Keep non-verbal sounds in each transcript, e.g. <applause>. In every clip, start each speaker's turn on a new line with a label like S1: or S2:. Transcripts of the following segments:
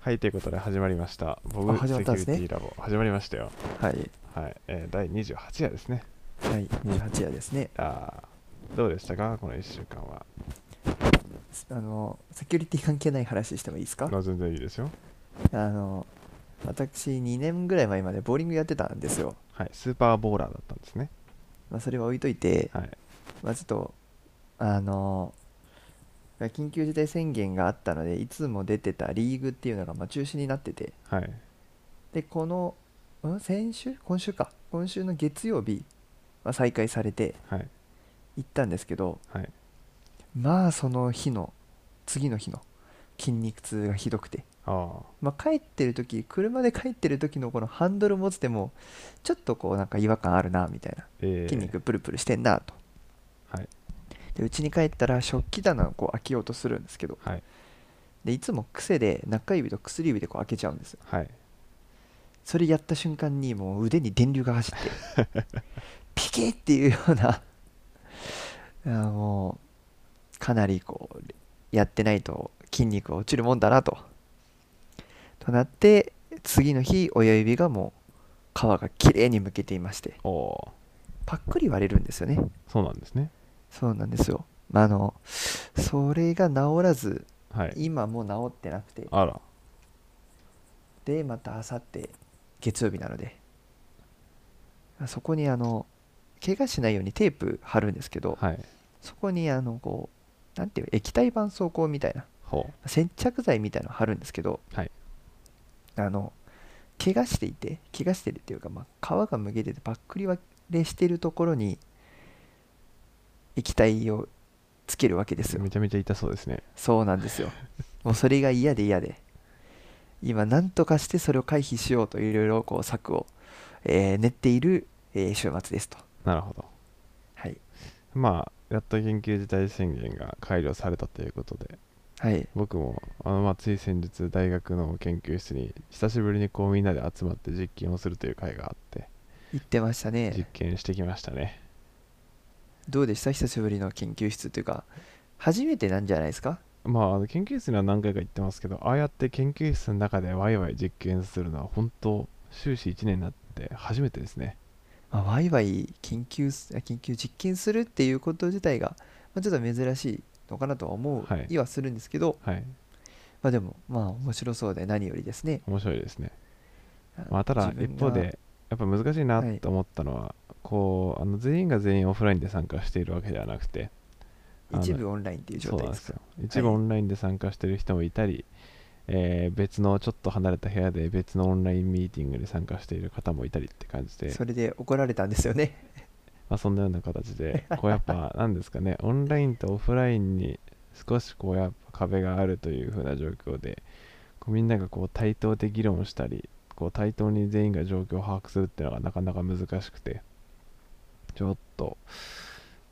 S1: はい、ということで始まりました。ボブ
S2: あ始ま
S1: セキ
S2: った
S1: ュ
S2: ん
S1: リ
S2: です
S1: テ
S2: ね
S1: ィラボ、始まりましたよ。
S2: はい、
S1: はい、えー、第28夜ですね。
S2: はい、28夜ですね。
S1: あーどうでしたか、この1週間は。
S2: すあの、セキュリティ関係ない話してもいいですか
S1: あ全然いいですよ。
S2: あの、私、2年ぐらい前までボーリングやってたんですよ。
S1: はい、スーパーボーラーだったんですね。
S2: まあ、それは置いといて、
S1: はい、
S2: まあ、ちょっと、あの、緊急事態宣言があったので、いつも出てたリーグっていうのがまあ中止になってて、
S1: はい、
S2: で、この、ん先週今週か。今週の月曜日、まあ、再開されて
S1: はい、
S2: 行ったんですけど、
S1: はい。
S2: まあ、その日の、次の日の筋肉痛がひどくて。
S1: あー
S2: まあ、帰ってる時車で帰ってる時のこのハンドル持つでもちょっとこうなんか違和感あるなみたいな
S1: えー、
S2: 筋肉プルプルしてんなと
S1: はい、
S2: で家に帰ったら食器棚をこう開けようとするんですけど
S1: はい、
S2: でいつも癖で中指と薬指でこう開けちゃうんですよ
S1: はい。
S2: それやった瞬間にもう腕に電流が走って
S1: <laughs>
S2: ピキッっていうようなあーもうかなりこうやってないと筋肉が落ちるもんだなととなって次の日親指がもう皮がきれいにむけていまして
S1: おお
S2: パックリ割れるんですよね
S1: ー、そうなんですね。
S2: そうなんですよまああのそれが治らず
S1: はい。
S2: 今もう治ってなくて
S1: あら、
S2: でまたあさって月曜日なのであそこにあの怪我しないようにテープ貼るんですけど、
S1: はい。
S2: そこにあのこうなんていう液体絆創膏みたいな
S1: ほう。
S2: 接着剤みたいなの貼るんですけど
S1: はい、
S2: あの怪我していて怪我してるっていうか、まあ、皮がむけててパックリ割れしてるところに液体をつけるわけですよ
S1: めちゃめちゃ痛そうですね。
S2: そうなんです <laughs> よもうそれが嫌で嫌で今何とかしてそれを回避しようといろいろこう策を、えー練っている、えー週末ですと
S1: なるほど。
S2: はい
S1: まあ、やっと緊急事態宣言が解除されたということで、
S2: はい
S1: 僕もあのまあつい先日大学の研究室に久しぶりにこうみんなで集まって実験をするという会があって
S2: 言ってました
S1: 実
S2: ね
S1: 験してきましたね
S2: どうでした久しぶりの研究室というか初めてなんじゃないですか
S1: まああの研究室には何回か行ってますけどああやって研究室の中でワイワイ実験するのは本当終始1年になって初めてですね
S2: まあ、ワイワイ研究すあ研究実験するっていうこと自体が、まあ、ちょっと珍しいのかなとは思う
S1: はい
S2: りはするんですけど、
S1: はい
S2: まあでもまあ面白そうで何よりですね、
S1: 面白いですね、まあ、ただ
S2: 自分
S1: 一方
S2: が
S1: でやっぱ難しいな
S2: はい
S1: と思ったのは、こうあの全員が全員オフラインで参加しているわけではなくてあの
S2: 一部オンラインっていう状態ですか
S1: そうなんですよ一部オンラインで参加してる人もいたり、えー別のちょっと離れた部屋で別のオンラインミーティングに参加している方もいたりって感じで
S2: それで怒られたんですよね
S1: まあ、そんなような形
S2: <laughs>
S1: でこうやっぱなんですかねオンラインとオフラインに少しこうやっぱ壁があるという風な状況でこうみんながこう対等で議論したりこう対等に全員が状況を把握するっていうのがなかなか難しくてちょっと、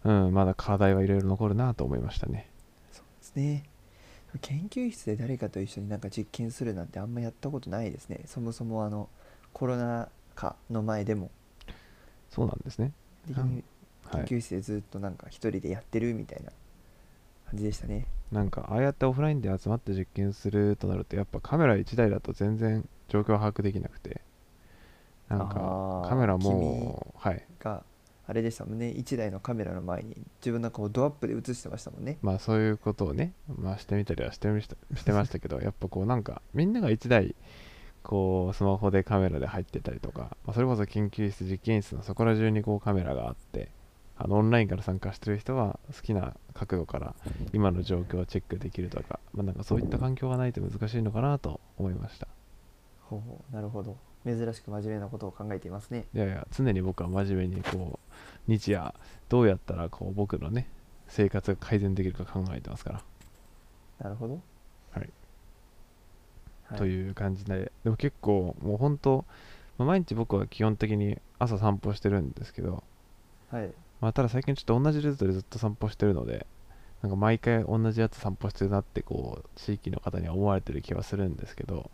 S1: うん、まだ課題はいろいろ残るなと思いましたね。
S2: ですね研究室で誰かと一緒になんか実験するなんてあんまやったことないですねそもそもあのコロナ禍の前でも
S1: そうなんですね。
S2: で
S1: うんは
S2: 研
S1: い、
S2: 究室でずっとなんか一人でやってるみたいな感じでしたね、
S1: なんかああやってオフラインで集まって実験するとなるとやっぱカメラ1台だと全然状況把握できなくてなんか
S2: あー
S1: カメラもうはい
S2: があれでしたもんね1台のカメラの前に自分の顔をドアップで映してましたもんね
S1: まあそういうことをね、まあ、してみたりはしてみしたしてましたけどやっぱこうなんかみんなが1台こうスマホでカメラで入ってたりとか、まあ、それこそ研究室実験室のそこら中にこうカメラがあってあのオンラインから参加してる人は好きな角度から今の状況をチェックできるとか、まあ、なんかそういった環境がないと難しいのかなと思いました。
S2: ほうほうなるほど珍しく真面目なことを考えていますね
S1: いやいや常に僕は真面目にこう日夜どうやったらこう僕のね生活が改善できるか考えてますから、
S2: なるほど
S1: はい
S2: はい
S1: という感じででも結構もう本当まあ毎日僕は基本的に朝散歩してるんですけど、
S2: はい
S1: まあ、ただ最近ちょっと同じルートでずっと散歩してるのでなんか毎回同じやつ散歩してるなってこう地域の方には思われてる気はするんですけど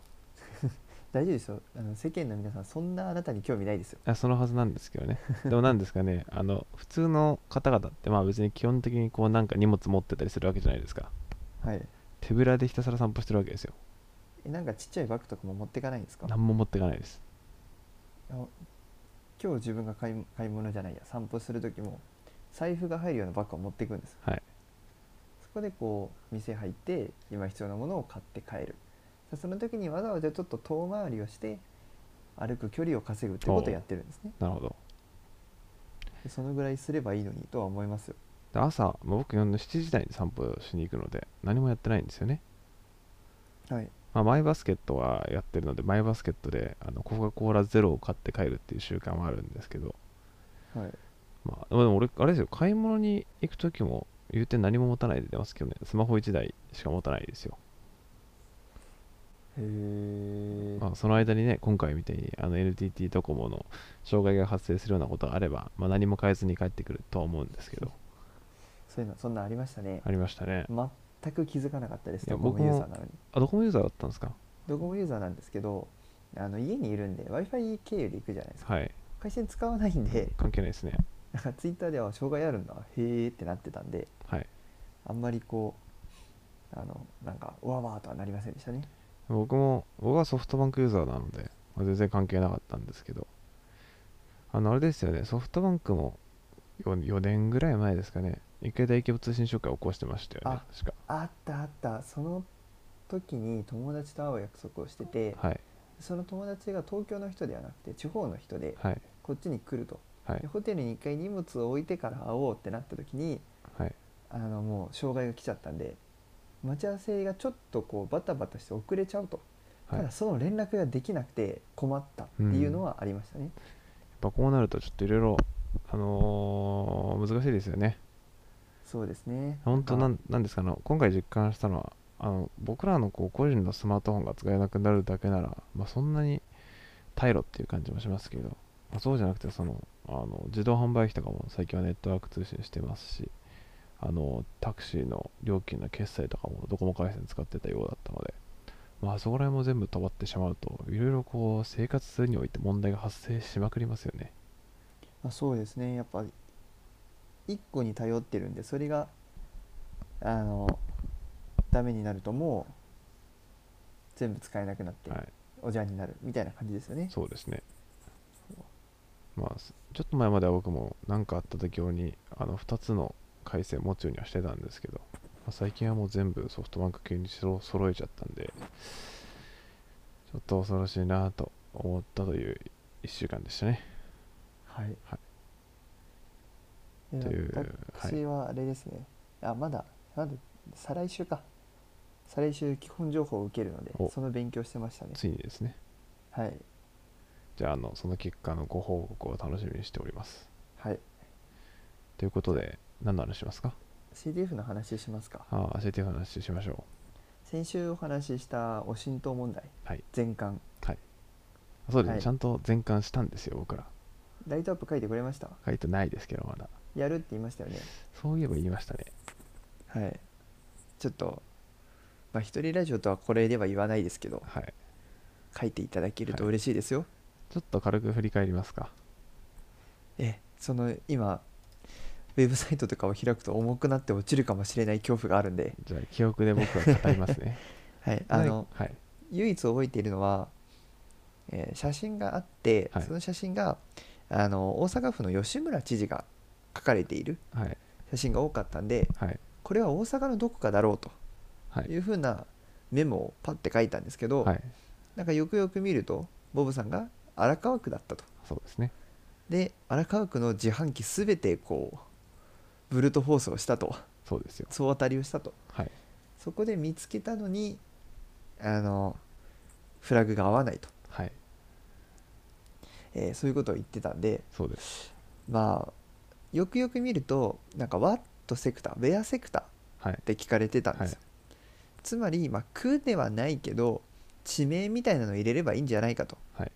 S2: 大丈夫ですよあの世間の皆さんそんなあなたに興味ないですよ
S1: あそのはずなんですけどねでもなんですかねあの普通の方々ってまあ別に基本的にこうなんか荷物持ってたりするわけじゃないですか
S2: はい
S1: 手ぶらでひたすら散歩してるわけですよ
S2: えなんかちっちゃいバッグとかも持ってかないんですか
S1: 何も持ってかないです
S2: 今日自分が買い買い物じゃないや散歩する時も財布が入るようなバッグを持っていくんですよ
S1: はい
S2: そこでこう店入って今必要なものを買って帰るさその時にわざわざちょっと遠回りをして歩く距離を稼ぐってことをやってるんですね
S1: なるほど
S2: でそのぐらいすればいいのにとは思いますよ
S1: で朝もう僕夜の7時台に散歩しに行くので何もやってないんですよね、
S2: はい
S1: まあ、マイバスケットはやってるのでマイバスケットであのコカ・コーラゼロを買って帰るっていう習慣はあるんですけど、
S2: はい
S1: まあ、でも俺あれですよ買い物に行く時も言うて何も持たないで出ますけどねスマホ1台しか持たないですよ、
S2: へえ
S1: まあ、その間にね今回みたいにあの NTT ドコモの障害が発生するようなことがあれば、まあ、何も変えずに帰ってくるとは思うんですけど
S2: そういうのそんなんありましたね
S1: ありましたね
S2: 全く気づかなかったです
S1: いや
S2: ドコ
S1: 僕
S2: モ
S1: も
S2: ユーザーなのに
S1: あドコモユーザーだったんですか
S2: ドコモユーザーなんですけどあの家にいるんで w i f i 経由で行くじゃないですか
S1: はい
S2: 回線使わないんで <laughs>
S1: 関係ないですね
S2: なんかツイッターでは障害あるんだへーってなってたんで
S1: はい
S2: あんまりこうあのなんかわわーとはなりませんでしたね
S1: 僕も僕はソフトバンクユーザーなので、まあ全然関係なかったんですけどあのあれですよねソフトバンクも 4, 4年ぐらい前ですかね一回大規模通信障害を起こしてましたよね
S2: あ
S1: 確か
S2: あったあったその時に友達と会う約束をしてて
S1: はい
S2: その友達が東京の人ではなくて地方の人で
S1: はい
S2: こっちに来ると
S1: は
S2: で
S1: い
S2: ホテルに一回荷物を置いてから会おうってなった時に
S1: はい
S2: あのもう障害が来ちゃったんで待ち合わせがちょっとこうバタバタして遅れちゃうと、
S1: はい
S2: た
S1: や
S2: だ
S1: っ
S2: その連絡ができなくて困ったっていうのはありましたね、
S1: ぱこうなるとちょっといろいろあのー難しいですよね
S2: そうですね
S1: 本当な
S2: なんか
S1: んなんですかあの今回実感したのはあの僕らのこう個人のスマートフォンが使えなくなるだけなら、まあ、そんなに退路っていう感じもしますけど、まあ、そうじゃなくてそのあの自動販売機とかも最近はネットワーク通信してますしあのタクシーの料金の決済とかもドコモ回線使ってたようだったので、まあ、そこら辺も全部止まってしまうといろいろこう生活するにおいて問題が発生しまくりますよね
S2: まあ、そうですねやっぱ一個に頼ってるんでそれがあのダメになるともう全部使えなくなって
S1: はい
S2: おじゃんになるみたいな感じですよね、
S1: そうですね。まあ、すちょっと前までは僕も何かあった時用にあの2つの回線持つようにはしてたんですけど、まあ最近はもう全部ソフトバンク系にしろ揃えちゃったんで、ちょっと恐ろしいなと思ったという1週間でしたね。
S2: はい
S1: は
S2: で
S1: というはい
S2: 私はあれですね、あまだまだ再来週か再来週基本情報を受けるので
S1: お
S2: その勉強してましたね
S1: ついにですね。
S2: はい
S1: じゃあ、あのその結果のご報告を楽しみにしております。
S2: はい
S1: ということで、何の話しますか
S2: CDF の話しますか
S1: ああ、教えて話しましょ
S2: 先週お話ししたオシント問題、
S1: はい
S2: 全巻
S1: う。そうですね、
S2: はい
S1: ちゃんと全巻したんですよ、僕ら。
S2: ライトアップ書いてくれました
S1: 書いてないですけど、まだ。
S2: やるって言いましたよね
S1: そういえば言いましたね。
S2: はいちょっとまあ一人ラジオとはこれでは言わないですけど
S1: はい、
S2: 書いていただけると
S1: はい
S2: 嬉しいですよ、
S1: ちょっと軽く振り返りますか。
S2: えその今ウェブサイトとかを開くと重くなって落ちるかもしれない恐怖があるんで、
S1: じゃあ、記憶で僕は語りますね。
S2: はい、 <laughs> あの
S1: はい、
S2: 唯一覚えているのは、えー写真があって、
S1: はい
S2: その写真があの大阪府の吉村知事が書かれている
S1: はい、
S2: 写真が多かったんで
S1: はい、
S2: これは大阪のどこかだろうと
S1: はいい、
S2: うふうなメモをパッて書いたんですけど、
S1: はい、
S2: なんかよくよく見るとボブさんが荒川区だったと
S1: そうですね。
S2: で荒川区の自販機すべてこうブルートフォースをしたと
S1: そうですよ。
S2: 総当たりをしたと
S1: はい、
S2: そこで見つけたのにあのフラグが合わないと、
S1: はい、
S2: えーそういうことを言ってたんで
S1: そうです。
S2: まあよくよく見るとなんかワットセクターベアセクターっ
S1: はい、
S2: て聞かれてたんですよ、
S1: は
S2: つまり、まあ、区ではないけど地名みたいなのを入れればいいんじゃないかと
S1: はい、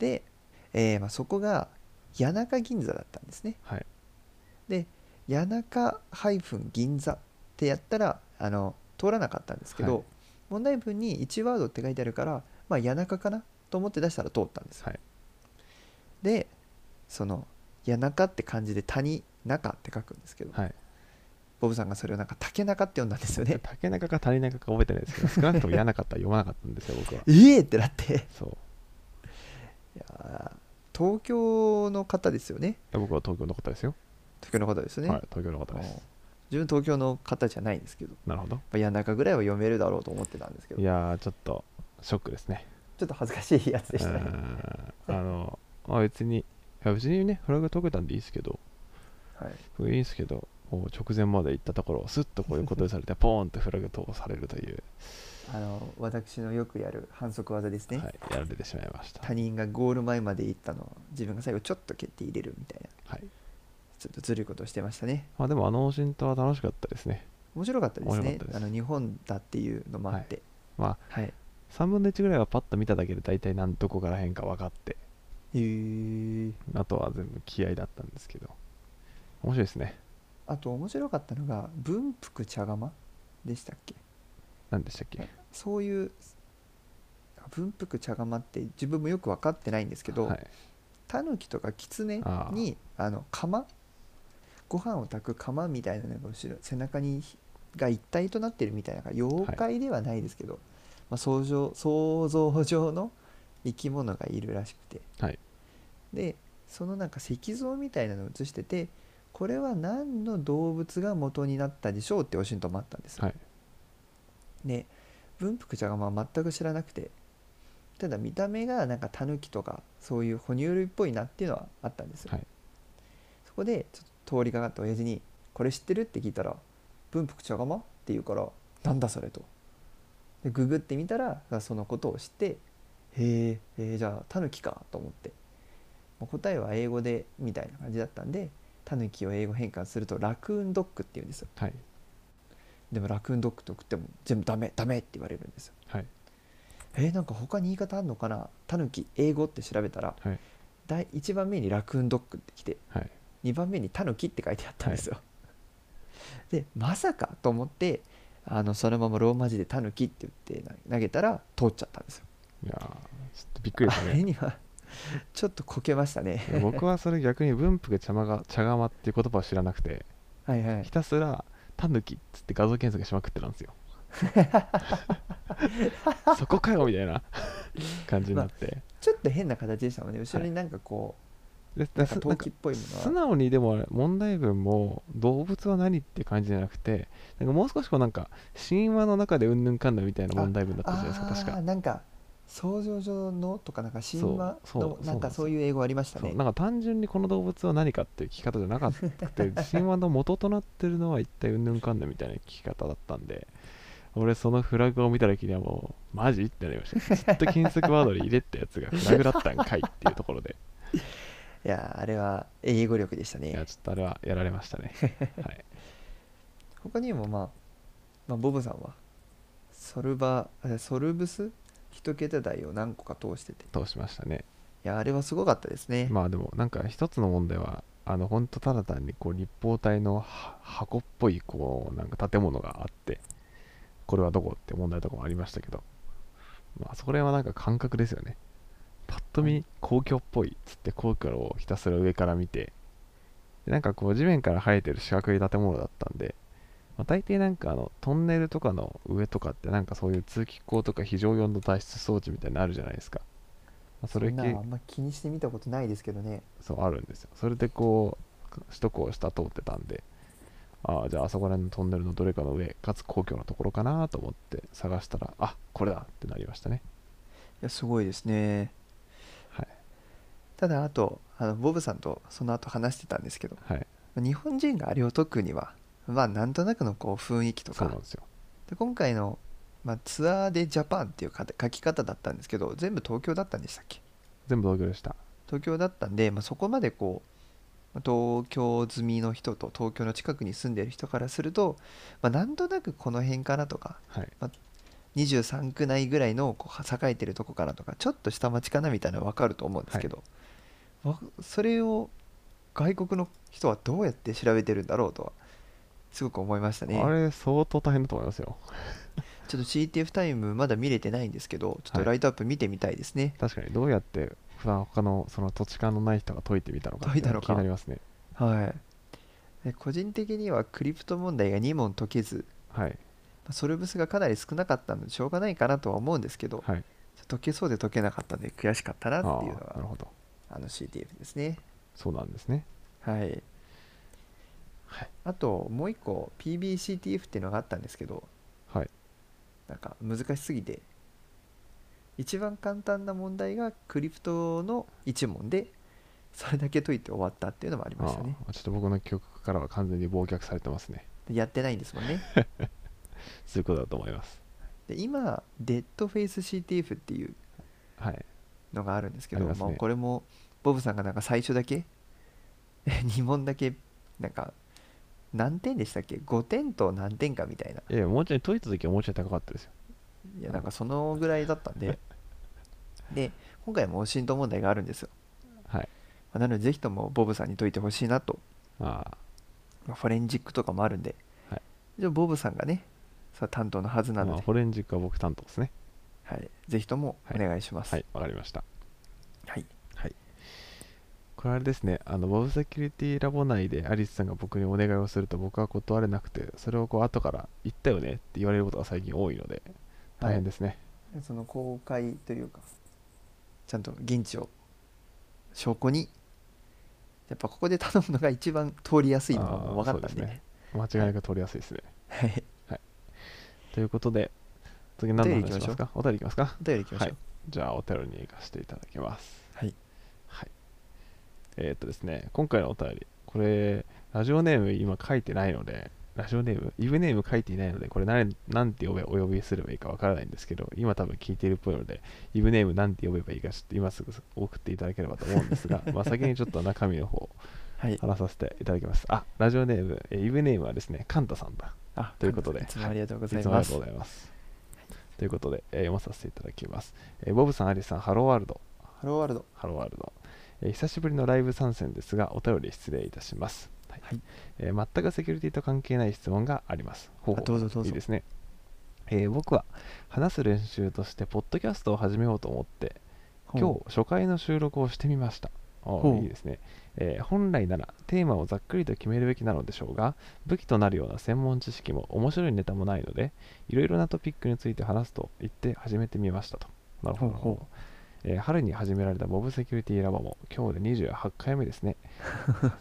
S2: で、えーまあ、そこが谷中銀座だったんですね
S1: はい、
S2: で谷中銀座ってやったらあの通らなかったんですけど、
S1: はい
S2: 問題文に1ワードって書いてあるから、まあ、谷中かなと思って出したら通ったんですよ
S1: はい、
S2: でその谷中って漢字で谷中って書くんですけど、
S1: はい、
S2: ボブさんがそれをなんか竹中って呼んだんですよね
S1: 竹中か谷中か覚えてないですけど少なくとも嫌なかったら読まなかったんですよ僕は
S2: ええってなって
S1: そう
S2: いやー東京の方ですよね
S1: 僕は東京の方ですよ、
S2: 東京の方ですね、
S1: はい東京の方で
S2: うん
S1: す
S2: 自分東京の方じゃないんですけど
S1: なるほど
S2: やん中ぐらいは読めるだろうと思ってたんですけど
S1: い
S2: ち
S1: やーちょっとショックですね
S2: ょっと恥ずかしいやつでした
S1: うー
S2: ね、
S1: んあのまあ別にいや別にねフラグが解けたんでいいですけど
S2: はい、
S1: いいんですけどこう直前まで行ったところをスッとこういうことにされてポーンとフラグ通されるという、
S2: あの私のよくやる反則技ですね、
S1: はい、やられてしまいました
S2: 他人がゴール前まで行ったのを自分が最後ちょっと蹴って入れるみたいな
S1: はい
S2: ちょっとずるいことをしてましたね
S1: まあ、でもあのオシントは楽しかったですね
S2: 面白かったです
S1: 面
S2: ね
S1: 白かった
S2: あ
S1: です
S2: の日本だっていうのもあって
S1: まあ
S2: はい、
S1: 3分の1ぐらいはパッと見ただけで大体何どこから変か分かって
S2: えー
S1: あとは全部気合だったんですけど面白いですね
S2: あと面白かったのが文福茶釜でしたっけ
S1: 何でしたっけ
S2: そういうあ文福茶釜って自分もよく分かってないんですけど、
S1: はい、
S2: タヌキとかキツネにあの釜ご飯を炊く釜みたいなのが後ろ背中にひが一体となってるみたいな妖怪ではないですけど、まあ、想像想像上の生き物がいるらしくて、
S1: はい
S2: でそのなんか石像みたいなのを写しててこれは何の動物が元になったでしょうっておしんともあったんですよ
S1: はい、
S2: で文福ちゃんがまあ全く知らなくてただ見た目がなんかタヌキとかそういう哺乳類っぽいなっていうのはあったんですよ、
S1: はい
S2: そこでちょっと通りかかった親父に「これ知ってる?」って聞いたら「文福ちゃがま?」って言うから「なんだそれ」とでググってみたらそのことを知って「へえへえじゃあタヌキか」と思ってもう答えは英語でみたいな感じだったんでタヌキを英語変換するとラクーンドッグっていうんですよ
S1: はい
S2: でもラクーンドッグと食っても全部ダメダメって言われるんですよ
S1: はい
S2: えーなんか他に言い方あんのかなタヌキ英語って調べたら
S1: はい
S2: 第1番目にラクーンドッグってきて
S1: はい
S2: 2番目にタヌキって書いてあったんですよ、でまさかと思ってあのそのままローマ字でタヌキって言って投げたら通っちゃったんですよ
S1: いやーちょっとびっくりで
S2: あ
S1: す
S2: れ
S1: ね
S2: にはちょっとこけましたね
S1: いや僕はそれ逆に文福茶が茶釜っていう言葉を知らなくて
S2: はいはい
S1: ひたすらタヌキっつって画像検索しまくってたんです
S2: <laughs>
S1: よそこかよみたいな感じになって、
S2: ちょっと変な形でしたもんね後ろになんかこ
S1: で
S2: う、
S1: な
S2: なんか
S1: な
S2: 陶
S1: んか
S2: 器っぽいも
S1: 素
S2: のが
S1: 直にでもあれ問題文も動物は何って感じじゃなくてなんかもう少しこうなんか神話の中でうんぬんかんだみたいな問題文だったじゃないですか確
S2: あー
S1: か
S2: なんか想像上のとかなんか神話
S1: そう
S2: の
S1: そう
S2: なんかそういう英語ありました
S1: そう
S2: ね
S1: なんか単純にこの動物は何かっていう聞き方じゃなかったくて神話の元となってるのは一体うんぬんかんだみたいな聞き方だったんで俺そのフラグを見た時にはもうマジってなりましたずっと検索ワードに入れたやつがフラグだったんかいっていうところで
S2: いやーあれは英語力でした
S1: い
S2: ね
S1: やちょっとあれはやられましたね、はい、
S2: 他にも、まあ、まあボブさんはソルバえソルブス一桁台を何個か通しててい
S1: 通しましたね
S2: やあれはすごかったですね、
S1: まあでもなんか一つの問題はあのほんとただ単にこう立方体のは箱っぽいこうなんか建物があってこれはどこって問題とかもありましたけどまあそこら辺はなんか感覚ですよねパッと
S2: は
S1: 見皇居っぽいっつって皇居をひたすら上から見てでなんかこう地面から生えてる四角い建物だったんで、まあ、大抵なんかあのトンネルとかの上とかってなんかそういう通気口とか非常用の脱出装置みたいなのあるじゃないですか、まあ、そ
S2: そ
S1: れ
S2: んな
S1: 系
S2: あんま気にしてみたことないですけどね
S1: そうあるんですよそれでこう首都高を下通ってたんでああじゃああそこら辺のトンネルのどれかの上かつ皇居のところかなと思って探したらあこれだってなりましたね
S2: いやすごいですね
S1: はい
S2: ただあとあのボブさんとその後話してたんですけど
S1: はい
S2: 日本人があれを解くにはまあなんとなくのこう雰囲気と
S1: そう
S2: か
S1: なんですよ
S2: で今回の、まあ、ツアーでジャパンっていうか書き方だったんですけど全部東京だったんでしたっけ
S1: 全部同居でした
S2: 東京だったんで、まあ、そこまでこうまあ東京済みの人と東京の近くに住んでる人からすると、まあ、なんとなくこの辺かなとか
S1: はい
S2: 23区内ぐらいのこう栄えてるとこかなとかちょっと下町かなみたいなの分かると思うんですけど、わそれを外国の人はどうやって調べてるんだろうとはすごく思いましたね。
S1: あれ相当大変だと思いますよ
S2: ちょっと CTF タイムまだ見れてないんですけどちょっ
S1: は
S2: と
S1: い
S2: ライトアップ見てみたいですね
S1: 確かにどうやって普段他のその土地勘のない人が解いてみたのかってう
S2: 解いたの
S1: 気
S2: か
S1: になりますね
S2: はい、で個人的にはクリプト問題が2問解けず
S1: はい
S2: まあソルブスがかなり少なかったのでしょうがないかなとは思うんですけど、
S1: はい
S2: 解けそうで解けなかったので悔しかったな
S1: あ
S2: っていうの
S1: ーなる
S2: が
S1: ほど
S2: あの CTF ですね
S1: そうなんですね
S2: はい、
S1: はい
S2: あともう一個 PBCTF っていうのがあったんですけど
S1: はい
S2: なんか難しすぎて一番簡単な問題がクリプトの1問でそれだけ解いて終わったっていうのもありましたね
S1: あーちょっと僕の記憶からは完全に忘却されてますね
S2: やってないんですもんね
S1: そういうことだと思います
S2: で今デッドフェイス CTF っていう
S1: はい
S2: のがあるんですけ
S1: あ
S2: ど
S1: りますね
S2: まあ、これもボブさんがなんか最初だけ2問だけなんか何点でしたっけ5点と何点かみたいない
S1: やもうちょい解いた時はもうちょい高かったですよ
S2: いやなんかそのぐらいだった
S1: <laughs>
S2: んでで今回も浸透問題があるんですよ
S1: はい
S2: まあなのでぜひともボブさんに解いてほしいなと、
S1: ああ
S2: まあフォレンジックとかもあるんで、
S1: はい
S2: じゃあボブさんがねさ担当のはずなの
S1: まあ
S2: で、
S1: フォレンジックは僕担当ですね
S2: はい、ぜひともお願いします
S1: はいわかりました
S2: はい
S1: これあれですねあのボブセキュリティラボ内でアリスさんが僕にお願いをすると僕は断れなくてそれをこう後から言ったよねって言われることが最近多いので大変ですね、
S2: その公開というかちゃんと現地を証拠にやっぱここで頼むのが一番通りやすいのがもう分かったんで
S1: あーそうですね間違いなく取りやすいですね、
S2: はい
S1: ということで次何の話しますかお便りいきますか
S2: <laughs> お便りいきましょう
S1: じゃあお便りに行かせていただきます
S2: はい
S1: はいえーっとですね今回のお便りこれラジオネーム今書いてないのでラジオネームイブネーム書いていないのでこれ何何て呼べお呼びすればいいかわからないんですけど今多分聞いているっぽいのでイブネーム何て呼べばいいかちょっと今すぐ送っていただければと思うんですが <laughs> まあ先にちょっと中身の方
S2: はい
S1: 話させていただきますあラジオネームえーイブネームはですねカンタさんだ
S2: あ
S1: ということで
S2: いつもありがとうご
S1: いつ
S2: ざい
S1: もあり
S2: ま
S1: が
S2: す
S1: とうございます。ということで、えー読まさせていただきます。えーボブさん、アリスさん、ハローワールド。
S2: ハローワールド
S1: ハローワールド、えー久しぶりのライブ参戦ですが、お便り失礼いたします。はい
S2: はい
S1: えー全くセキュリティと関係ない質問があります。ほうほ
S2: あどうぞどうぞ
S1: いいですね、えー僕は話す練習として、ポッドキャストを始めようと思って、今日初回の収録をしてみましたお
S2: ほう
S1: いいですね、えー本来ならテーマをざっくりと決めるべきなのでしょうが武器となるような専門知識も面白いネタもないのでいろいろなトピックについて話すと言って始めてみましたとなるほど
S2: ほうほ
S1: えー春に始められたボブセキュリティラボも今日で28回目
S2: <laughs>
S1: ですね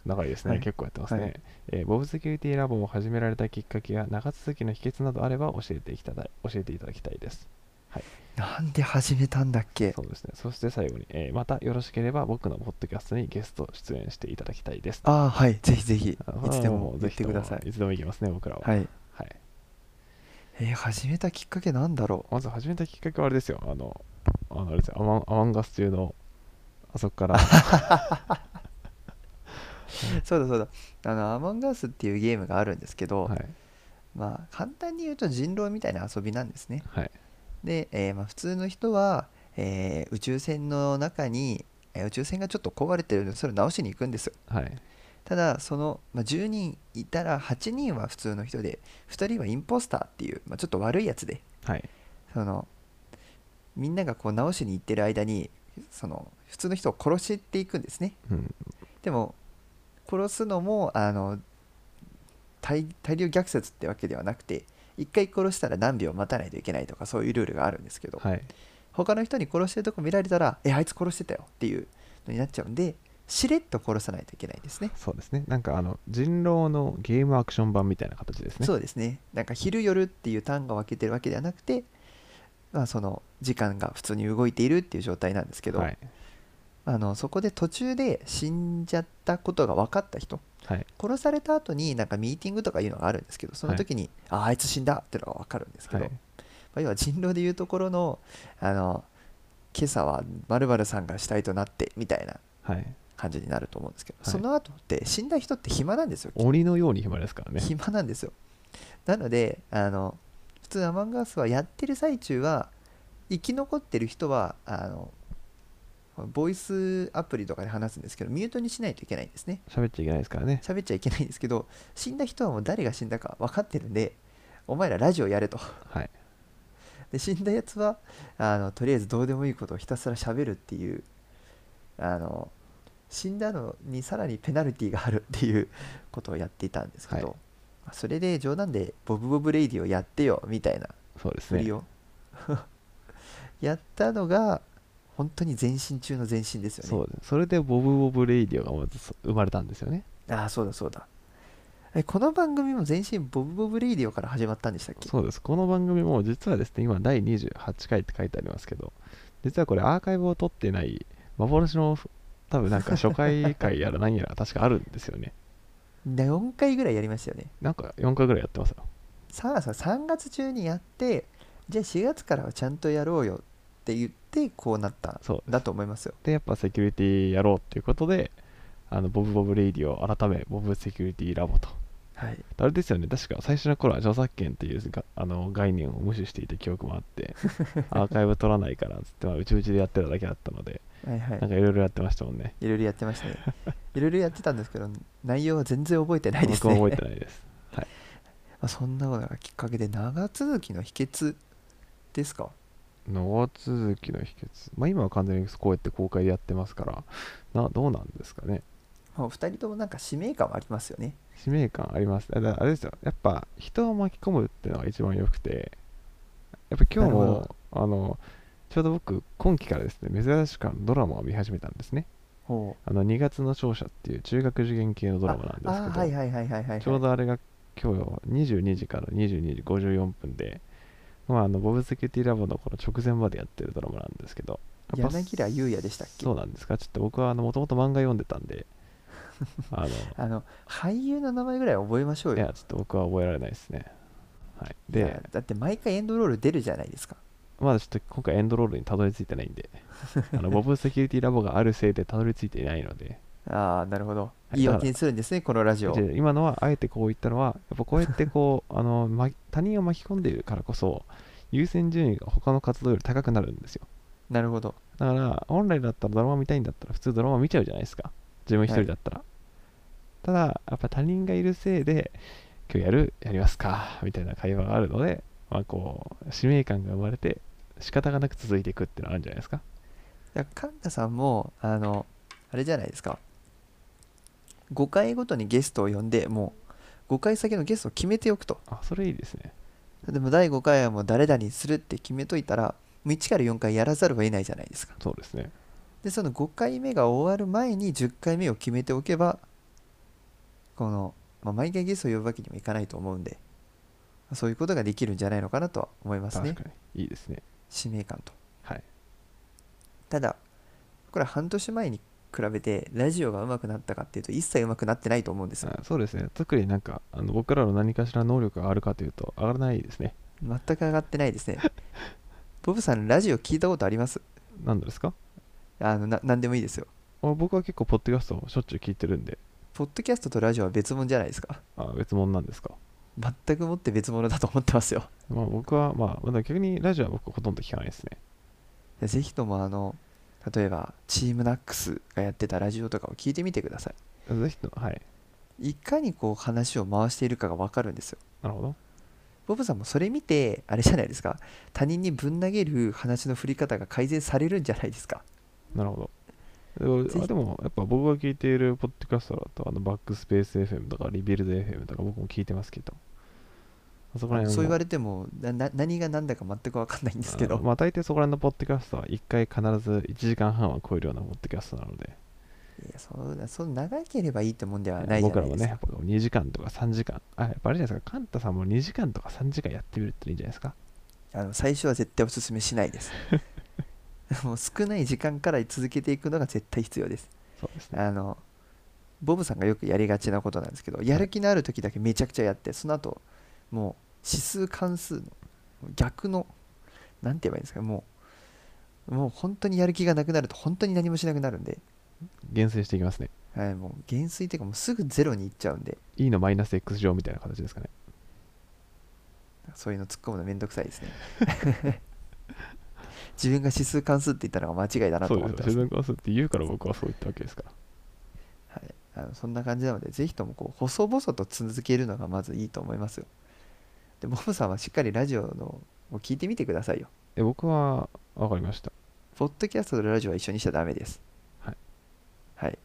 S1: 長いですね、
S2: はい
S1: 結構やってますね、
S2: はい
S1: えーボブセキュリティラボを始められたきっかけや長続きの秘訣などあれば教えていただ教えていただきたいです
S2: なんで始めたんだっけ
S1: そうですね。そして最後に、えーまたよろしければ僕のポッドキャストにゲスト出演していただきたいです。
S2: ああはいぜひぜひい
S1: あの、
S2: つでも
S1: う
S2: 言ってくださ
S1: ぜひとも
S2: い
S1: いつでも行きますね、僕らは。。
S2: はいいえー始めたきっかけなんだろう <laughs>
S1: まず始めたきっかけはあれですよ。あの、あのあれですよアマンアマンガス中の、あそこから、
S2: そうだそうだあのアマンガースっていうゲームがあるんですけど、
S1: はい。
S2: まあ簡単に言うと人狼みたいな遊びなんですね
S1: はい。
S2: で、えーまあ、普通の人は、えー宇宙船の中に、えー宇宙船がちょっと壊れてるのでそれを直しに行くんですよ
S1: はい。
S2: ただその、まあ、10人いたら8人は普通の人で2人はインポスターっていう、まあ、ちょっと悪いやつで
S1: はい。
S2: そのみんながこう直しに行ってる間にその普通の人を殺していくんですね
S1: うん。
S2: でも殺すのもあの大大量虐殺ってわけではなくて一回殺したら何秒待たないといけないとかそういうルールがあるんですけど、
S1: はい。
S2: 他の人に殺してるとこ見られたら「えあいつ殺してたよ」っていうのになっちゃうんでしれっと殺さないといけないですね
S1: そうですね。なんか、あの、人狼のゲームアクション版みたいな形ですね。
S2: そうですねなんか昼夜っていう単価を分けてるわけではなくて、まあ、その時間が普通に動いているっていう状態なんですけど、
S1: はい。
S2: あのそこで途中で死んじゃったことが分かった人
S1: はい。
S2: 殺された後になんかミーティングとかいうのがあるんですけどその時に、ああいつ死んだっていうのが分かるんですけど、
S1: はい
S2: まあ要は人狼でいうところのあの今朝は〇〇さんが死体となってみたいな
S1: はい。
S2: 感じになると思うんですけど、
S1: はい
S2: その後って死んだ人って暇なんですよ、
S1: 鬼のように暇ですからね。
S2: 暇なんですよなのであの普通アマンガースはやってる最中は生き残ってる人はあのボイスアプリとかで話すんですけどミュートにしないといけないんですね
S1: 喋っちゃいけないですからね。
S2: 喋っちゃいけないんですけど死んだ人はもう誰が死んだか分かってるんでお前らラジオやれと
S1: はい。
S2: で死んだやつはあのとりあえずどうでもいいことをひたすら喋るっていうあの死んだのにさらにペナルティーがあるっていうことをやっていたんですけど、
S1: は
S2: まあそれで冗談で「ボブ・ボブ・レイディをやってよ」みたいな
S1: そうです
S2: 振
S1: ね
S2: り。を <laughs> やったのが本当に前進中の前進ですよね
S1: そうですそれでボブ・ボブ・レイディオがまずそ生まれたんですよね。
S2: ああそうだそうだえこの番組も全身ボブ・ボブ・レイディオから始まったんでしたっけ
S1: そうです。この番組も実はですね、今第28回って書いてありますけど、実はこれアーカイブを取ってない幻の多分なんか初回回やら何やら確かあるんですよね。
S2: 4回ぐらいやりましたよね
S1: なんか4回ぐらいやってますよ。
S2: さあさあ3月中にやってじゃあ4月からはちゃんとやろうよって言ってこうなった
S1: そう
S2: だと思いますよ
S1: でやっぱセキュリティやろうっていうことであのボブ・ボブ・レイディを改めボブ・セキュリティ・ラボと
S2: はい
S1: あれですよね確か最初の頃は著作権っていうがあの概念を無視していた記憶もあって
S2: <laughs>
S1: アーカイブ取らないからっつって、まあ、うちうちでやってただけだったので
S2: はいは
S1: なん
S2: い
S1: かいろいろやってましたもんね
S2: いろいろやって
S1: <laughs>
S2: ましたねいろいろやってたんですけど内容は全然覚えてないです
S1: 僕
S2: ね
S1: も覚えてないです
S2: <laughs> まあそんなことがきっかけで長続きの秘訣ですか
S1: <laughs> 長続きの秘訣まあ今は完全にこうやって公開でやってますからなどうなんですかね
S2: まあお二人ともなんか使命感はありますよね
S1: 使命感ありますあだあれですよやっぱ人を巻き込むっていうのが一番良くてやっぱ今日
S2: なるほ
S1: もあのちょうど僕今期からですね珍しくあのドラマを見始めたんですね
S2: ほ
S1: あの2月の勝者っていう中学受験系のドラマなんですけど
S2: ああはいはいはいはいはい、はい、
S1: ちょうどあれが今日22時から22時54分で、まあ、あのボブセキュリティラボのこの直前までやってるドラマなんですけどやっぱ
S2: 柳楽優弥でしたっけ
S1: そうなんですかちょっと僕はもともと漫画読んでたん
S2: <laughs>
S1: であの
S2: あの俳優の名前ぐらい覚えましょう
S1: い
S2: よ
S1: やちょっと僕は覚えられないですね、はい、
S2: いや
S1: で
S2: だって毎回エンドロール出るじゃないですか
S1: まだちょっと今回エンドロールにたどり着いてないんであのボブセキュリティラボがあるせいでたどり着いていないので
S2: ああなるほど
S1: い
S2: 言い訳にするんですねこのラジオ
S1: で今のはあえてこう言ったのはやっぱこうやってこ <laughs> うあの、ま、他人を巻き込んでいるからこそ優先順位が他の活動より高くなるんですよ
S2: なるほど
S1: だから本来だったらドラマ見たいんだったら普通ドラマ見ちゃうじゃないですか自分一人だったら、ただやっぱ他人がいるせいで今日やるやりますかみたいな会話があるので、まあ、こう使命感が生まれて仕方がなく続いていくっていうのはあるんじゃないですか
S2: だから神田さんもあのあれじゃないですか5回ごとにゲストを呼んでもう5回先のゲストを決めておくと
S1: あそれいいですね
S2: でも第5回はもう誰々にするって決めといたらもう1から4回やらざるを得ないじゃないですか
S1: そうですね
S2: でその5回目が終わる前に10回目を決めておけばこの、まあ、毎回ゲストを呼ぶわけにもいかないと思うんでそういうことができるんじゃないのかなとは思います
S1: 確
S2: ね
S1: かにいいですね
S2: 使命感と
S1: はい
S2: ただこれは半年前に比べてラジオが上手くなったかっていうと一切上手くなってないと思うんですよ
S1: あそうですね特になんかあの僕らの何かしら能力があるかというと上がらないですね
S2: 全く上がってないですねボブさんラジオ聞いたことあります
S1: 何ですか
S2: あのな何でもいいですよ
S1: あ僕は結構ポッドキャストをしょっちゅう聞いてるんで
S2: ポッドキャストとラジオは別物じゃないですか
S1: あ別物なんですか
S2: 全くもって別物だと思ってますよ
S1: まあ僕はまあまだ逆にラジオは僕ほとんど聞かないですね
S2: でぜひともあの例えばチームナックスがやってたラジオとかを聞いてみてくださ
S1: ぜひとはい
S2: いいかにこう話を回しているかが分かるんですよ
S1: なるほど
S2: ボブさんもそれ見てあれじゃないですか他人にぶん投げる話の振り方が改善されるんじゃないですか
S1: なるほど
S2: ぜ
S1: で
S2: ひ
S1: あでもやっぱ僕が聞いているポッドキャストだとあのバックスペース FM とかリビルド FM とか僕も聞いてますけどあそこら辺はも
S2: そう言われてもなな何が何だか全く分かんないんですけ
S1: あ
S2: ど
S1: のまあ大抵そこら辺のポッドキャストは1回必ず1時間半は超えるようなポッドキャストなので
S2: いやそうなそう長ければいいってもんではないじゃ
S1: 僕
S2: な
S1: ら
S2: い
S1: も
S2: です
S1: ね
S2: か、
S1: やっぱ2時間とか3時間あやっぱあれじゃないですかカンタさんも2時間とか3時間やってみるっていいんじゃないですか
S2: あの最初は絶対おすすめしないです
S1: <laughs>
S2: もう少ない時間から続けていくのが絶対必要です
S1: そうですね
S2: あのボブさんがよくやりがちなことなんですけどやる気のある時だけめちゃくちゃやってその後もう指数関数の逆のなんて言えばいいんですかもうもう本当にやる気がなくなると本当に何もしなくなるんで、
S1: 厳選していきますね
S2: はい、もう減衰というかもうすぐゼロにいっちゃうんで
S1: E のマイナス X 乗みたいな形ですかね
S2: そういうの突っ込むのめんどくさいですね <laughs> 自分が指数関数って言ったのが間違いだなと
S1: そう
S2: 思
S1: ですよ
S2: ってます
S1: 自分が押すって言うから僕はそう言ったわけですから
S2: はい、あのそんな感じなのでぜひともこう細々と続けるのがまずいいと思いますよでボブさんはしっかりラジオのを聞いてみてくださいよ
S1: え僕は分かりました
S2: ポッドキャストとラジオは一緒にしちゃダメです
S1: はい、
S2: はい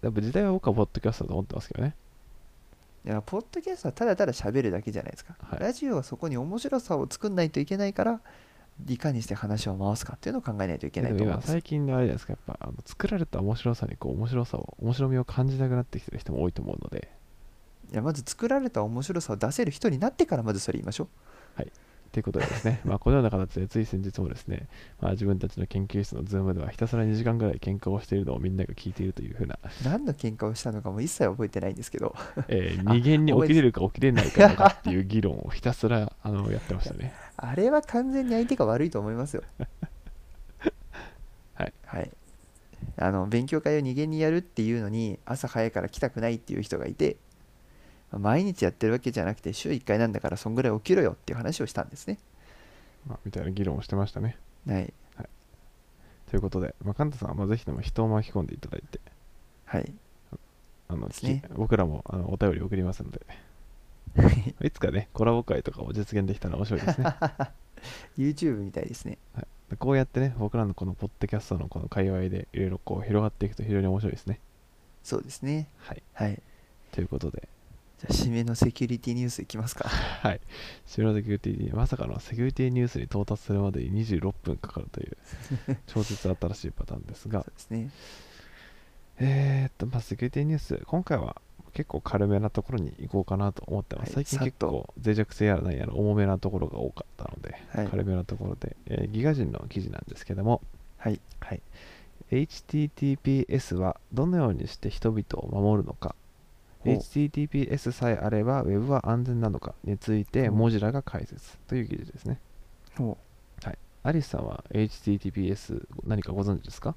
S1: やっぱ時代は僕はポッドキャストだと思ってますけどね。
S2: いやポッドキャストはただただ喋るだけじゃないですか、
S1: はい
S2: ラジオはそこに面白さを作んないといけないからいかにして話を回すかっていうのを考えないといけ
S1: で
S2: ない
S1: も
S2: と思い
S1: 今
S2: ます
S1: 最近のあれじゃないですか、やっぱあの作られた面白さにこう面白さを、面白みを感じなくなってきてる人も多いと思うので、
S2: いやまず作られた面白さを出せる人になってからまずそれ言いましょう
S1: ということでですね、 <laughs> まあ、このような形でつい先日もですね、まあ、自分たちの研究室のズームではひたすら2時間ぐらい喧嘩をしているのをみんなが聞いているというふうな、
S2: 何の喧嘩をしたのかも一切覚えてないんですけど
S1: えー
S2: <laughs> あ
S1: 二元に起きれるか起きれないかとかっていう議論をひたすらあのやってましたね。
S2: あれは完全に相手が悪いと思いますよ
S1: はい、
S2: はい、あの勉強会を逃げにやるっていうのに朝早いから来たくないっていう人がいて毎日やってるわけじゃなくて週1回なんだからそんぐらい起きろよっていう話をしたんですね
S1: まあ、みたいな議論をしてましたね。
S2: はい
S1: ということで、まあ、カンタさんはまあぜひとも人を巻き込んでいただいて、
S2: はい <laughs>
S1: あの
S2: ですね
S1: き僕らもあのお便り送りますので、いつかね、コラボ会とかを実現できたら面白いです
S2: <laughs>
S1: ね。
S2: YouTube みたいですね
S1: こうやってね、僕らのこのポッドキャストのこの界隈でいろいろこう広がっていくと非常に面白いですね。
S2: そうですね
S1: はい。
S2: はい
S1: ということで、
S2: じゃあ締めのセキュリティニュースいきますか
S1: はい。収納セキュリティに、まさかのセキュリティニュースに到達するまでに26分かかるという、
S2: <laughs>
S1: 超絶新しいパターンです
S2: そう
S1: が、
S2: ですね
S1: えーっと、まあ、セキュリティニュース、今回は結構軽めなところに行こうかなと思ってます。
S2: は
S1: 最
S2: い
S1: 近
S2: さっ
S1: 結
S2: と
S1: 構脆弱性やら何やら重めなところが多かったので、
S2: はい
S1: 軽めなところで、えーギガ人の記事なんですけども、
S2: はい
S1: はい、HTTPS はどのようにして人々を守るのか
S2: ほう
S1: HTTPS さえあれば Web は安全なのかについて
S2: ほう
S1: モジュラが解説という記事ですね
S2: もう
S1: アリスさんは HTTPS 何かご存知ですか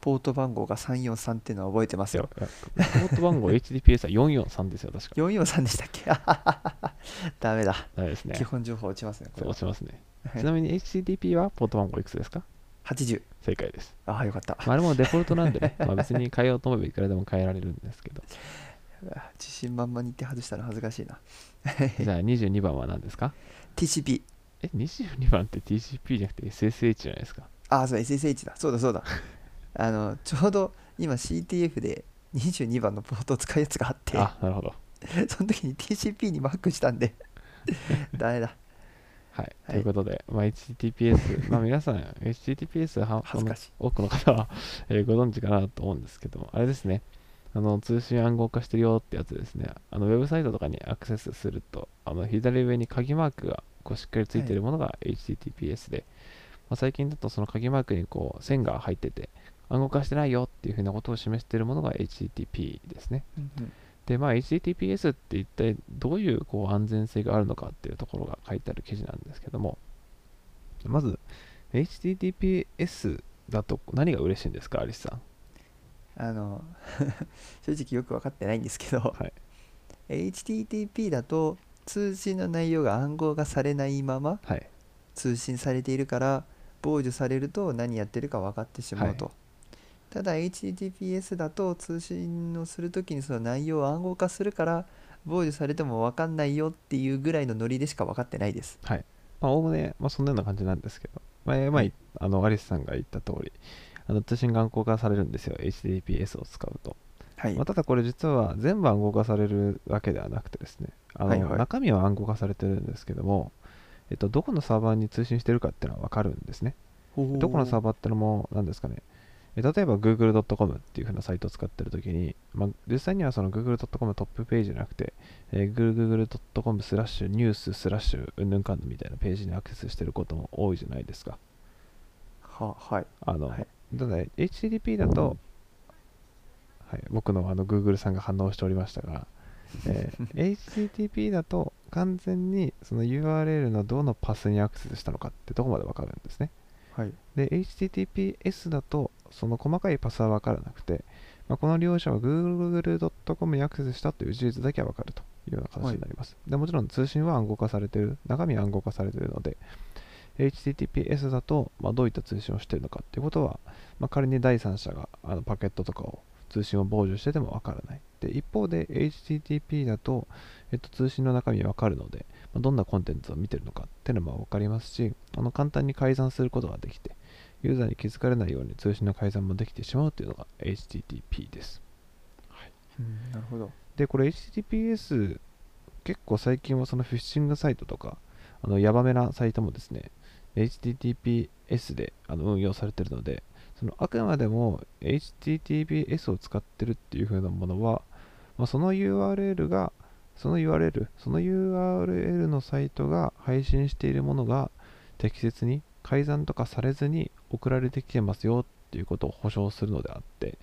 S2: ポート番号が343っていうのは覚えてますよ
S1: いやポート番号 HTTPS は443ですよ確か
S2: 443でしたっけ <laughs> ダメだ、
S1: あれですね
S2: 基本情報落ちますねこ
S1: そう
S2: れは
S1: 落ちますね
S2: はい
S1: ちなみに HTTP はポート番号いくつですか
S2: 80
S1: 正解
S2: <laughs>
S1: です、
S2: ああよかった
S1: まあ、あれもデフォルトなんでねまあ別に変えようと思えばいくらでも変えられるんですけど
S2: 自信満々に言って外したら恥ずかしいな
S1: じゃあ22番は何ですか
S2: TCP
S1: え、22番って TCP じゃなくて SSH じゃないですか。
S2: ああそう SSH だそう
S1: <laughs>
S2: だそうだあのちょうど今 CTF で22番のポートを使うやつがあって
S1: あ、なるほど。
S2: その時に TCP にマックしたん
S1: <laughs>
S2: でダメだ
S1: はい。ということで、まあ、HTTPS、まあ
S2: <laughs>
S1: 皆さん、HTTPS は
S2: 恥ずかしい
S1: 多くの方は、 <laughs> えーご存知かなと思うんですけども、あれですね、あの通信暗号化してるよってやつですね、あのウェブサイトとかにアクセスすると、あの左上に鍵マークがこうしっかりついてるものが HTTPS で、まあ、最近だとその鍵マークにこう線が入ってて、暗号化してないよっていうふうなことを示しているものが HTTP ですね。で、まあ、HTTPS って一体どういうこう安全性があるのかっていうところが書いてある記事なんですけども、まず、HTTPS だと何が嬉しいんですか、アリスさん。
S2: あの <laughs> 正直よく分かってないんですけど、
S1: はい
S2: HTTP だと通信の内容が暗号がされないまま
S1: はい。
S2: 通信されているから傍受されると何やってるか分かってしまうと、ただ HTTPS だと通信をする時にその内容を暗号化するから傍受されても分かんないよっていうぐらいのノリでしか分かってないです
S1: まあ、おおむね、まあ、そんなような感じなんですけど、まあ、えーまあいあの、アリスさんが言った通り、あの通信が暗号化されるんですよ、HTTPS を使うと。
S2: はい、
S1: まあ、ただこれ実は全部暗号化されるわけではなくてですねあの、
S2: はいはい
S1: 中身は暗号化されてるんですけども、えっと、どこのサーバーに通信してるかっていうのは分かるんですねどこのサー
S2: ブ
S1: バーってのも何ですかねえ例えば google.com っていう風なサイトを使ってるときに、まあ、実際にはその google.com トップページじゃなくて、えー google.com スラッシュニューススラッシュうんぬんかんぬんみたいなページにアクセスしてることも多いじゃないですか
S2: ははい
S1: あの、
S2: はい
S1: ただね HTTP だと、はい、僕のあの Google さんが反応しておりましたが、え
S2: <laughs>
S1: ー HTTP だと完全にその URL のどのパスにアクセスしたのかってとこまでわかるんですね。
S2: はい
S1: で、HTTPS だとその細かいパスはわからなくて、まあ、この利用者は Google.com にアクセスしたという事実だけはわかるというような形になります。でもちろん通信は暗号化されている、中身は暗号化されているので、HTTPS だと、まあ、どういった通信をしているのかということは、まあ、仮に第三者があのパケットとかを通信を傍受しててもわからない。で一方で HTTP だと、えっと、通信の中身はわかるので、まあ、どんなコンテンツを見てるのかっていうのもわかりますしあの簡単に改ざんすることができてユーザーに気づかれないように通信の改ざんもできてしまうというのが HTTP です。
S2: なるほど
S1: でこれ HTTPS 結構最近はそのフィッシングサイトとかあのヤバめなサイトもですね HTTPS であの運用されてるのでそのあくまでも HTTPS を使ってるっていう風なものは、まあ、その URL がその URL その URL のサイトが配信しているものが適切に改ざんとかされずに送られてきてますよっていうことを保証するのであって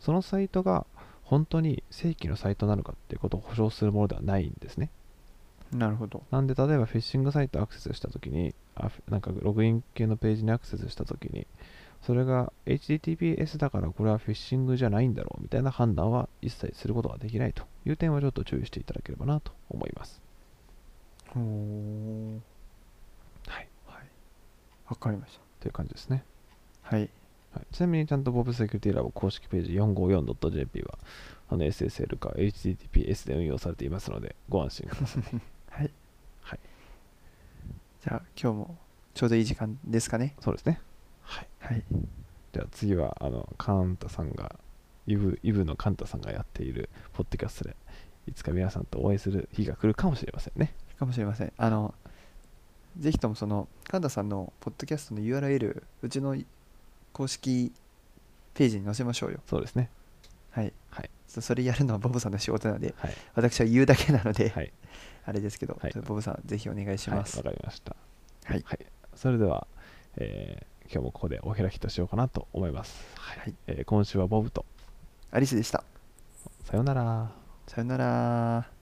S1: そのサイトが本当に正規のサイトなのかっていうことを保証するものではないんですね。
S2: なるほど
S1: なんで例えばフィッシングサイトアクセスしたときにあ、ふなんかログイン系のページにアクセスしたときに、それが HTTPS だからこれはフィッシングじゃないんだろうみたいな判断は一切することができないという点はちょっと注意していただければなと思います。
S2: おー
S1: はい。
S2: はいわかりました
S1: という感じですね。
S2: はい
S1: はい、ちなみにちゃんとボブセキュリティラボ公式ページ 454.jp はあの SSL か HTTPS で運用されていますのでご安心ください。
S2: はい
S1: はい
S2: じゃあ今日もちょうどいい時間ですかね
S1: そうですね。はい。
S2: はい
S1: では次はあのカンタさんがイブイブのカンタさんがやっているポッドキャストでいつか皆さんとお会いする日が来るかもしれませんね
S2: かもしれませんあのぜひともその神田さんのポッドキャストの URL うちの公式ページに載せましょうよ
S1: そうですね
S2: はい、
S1: はい
S2: ちょっとそれやるのはボブさんの仕事なので
S1: はい
S2: 私は言うだけなので、
S1: はい
S2: あれですけど、
S1: はい
S2: ちょっとボブさんぜひお願いし
S1: はいわ、
S2: ます、
S1: かりました
S2: はい
S1: それでは、えー今日もここでお開きとしようかなと思います、はい
S2: はい
S1: えー今週はボブと
S2: アリスでした
S1: さようなら
S2: さよなら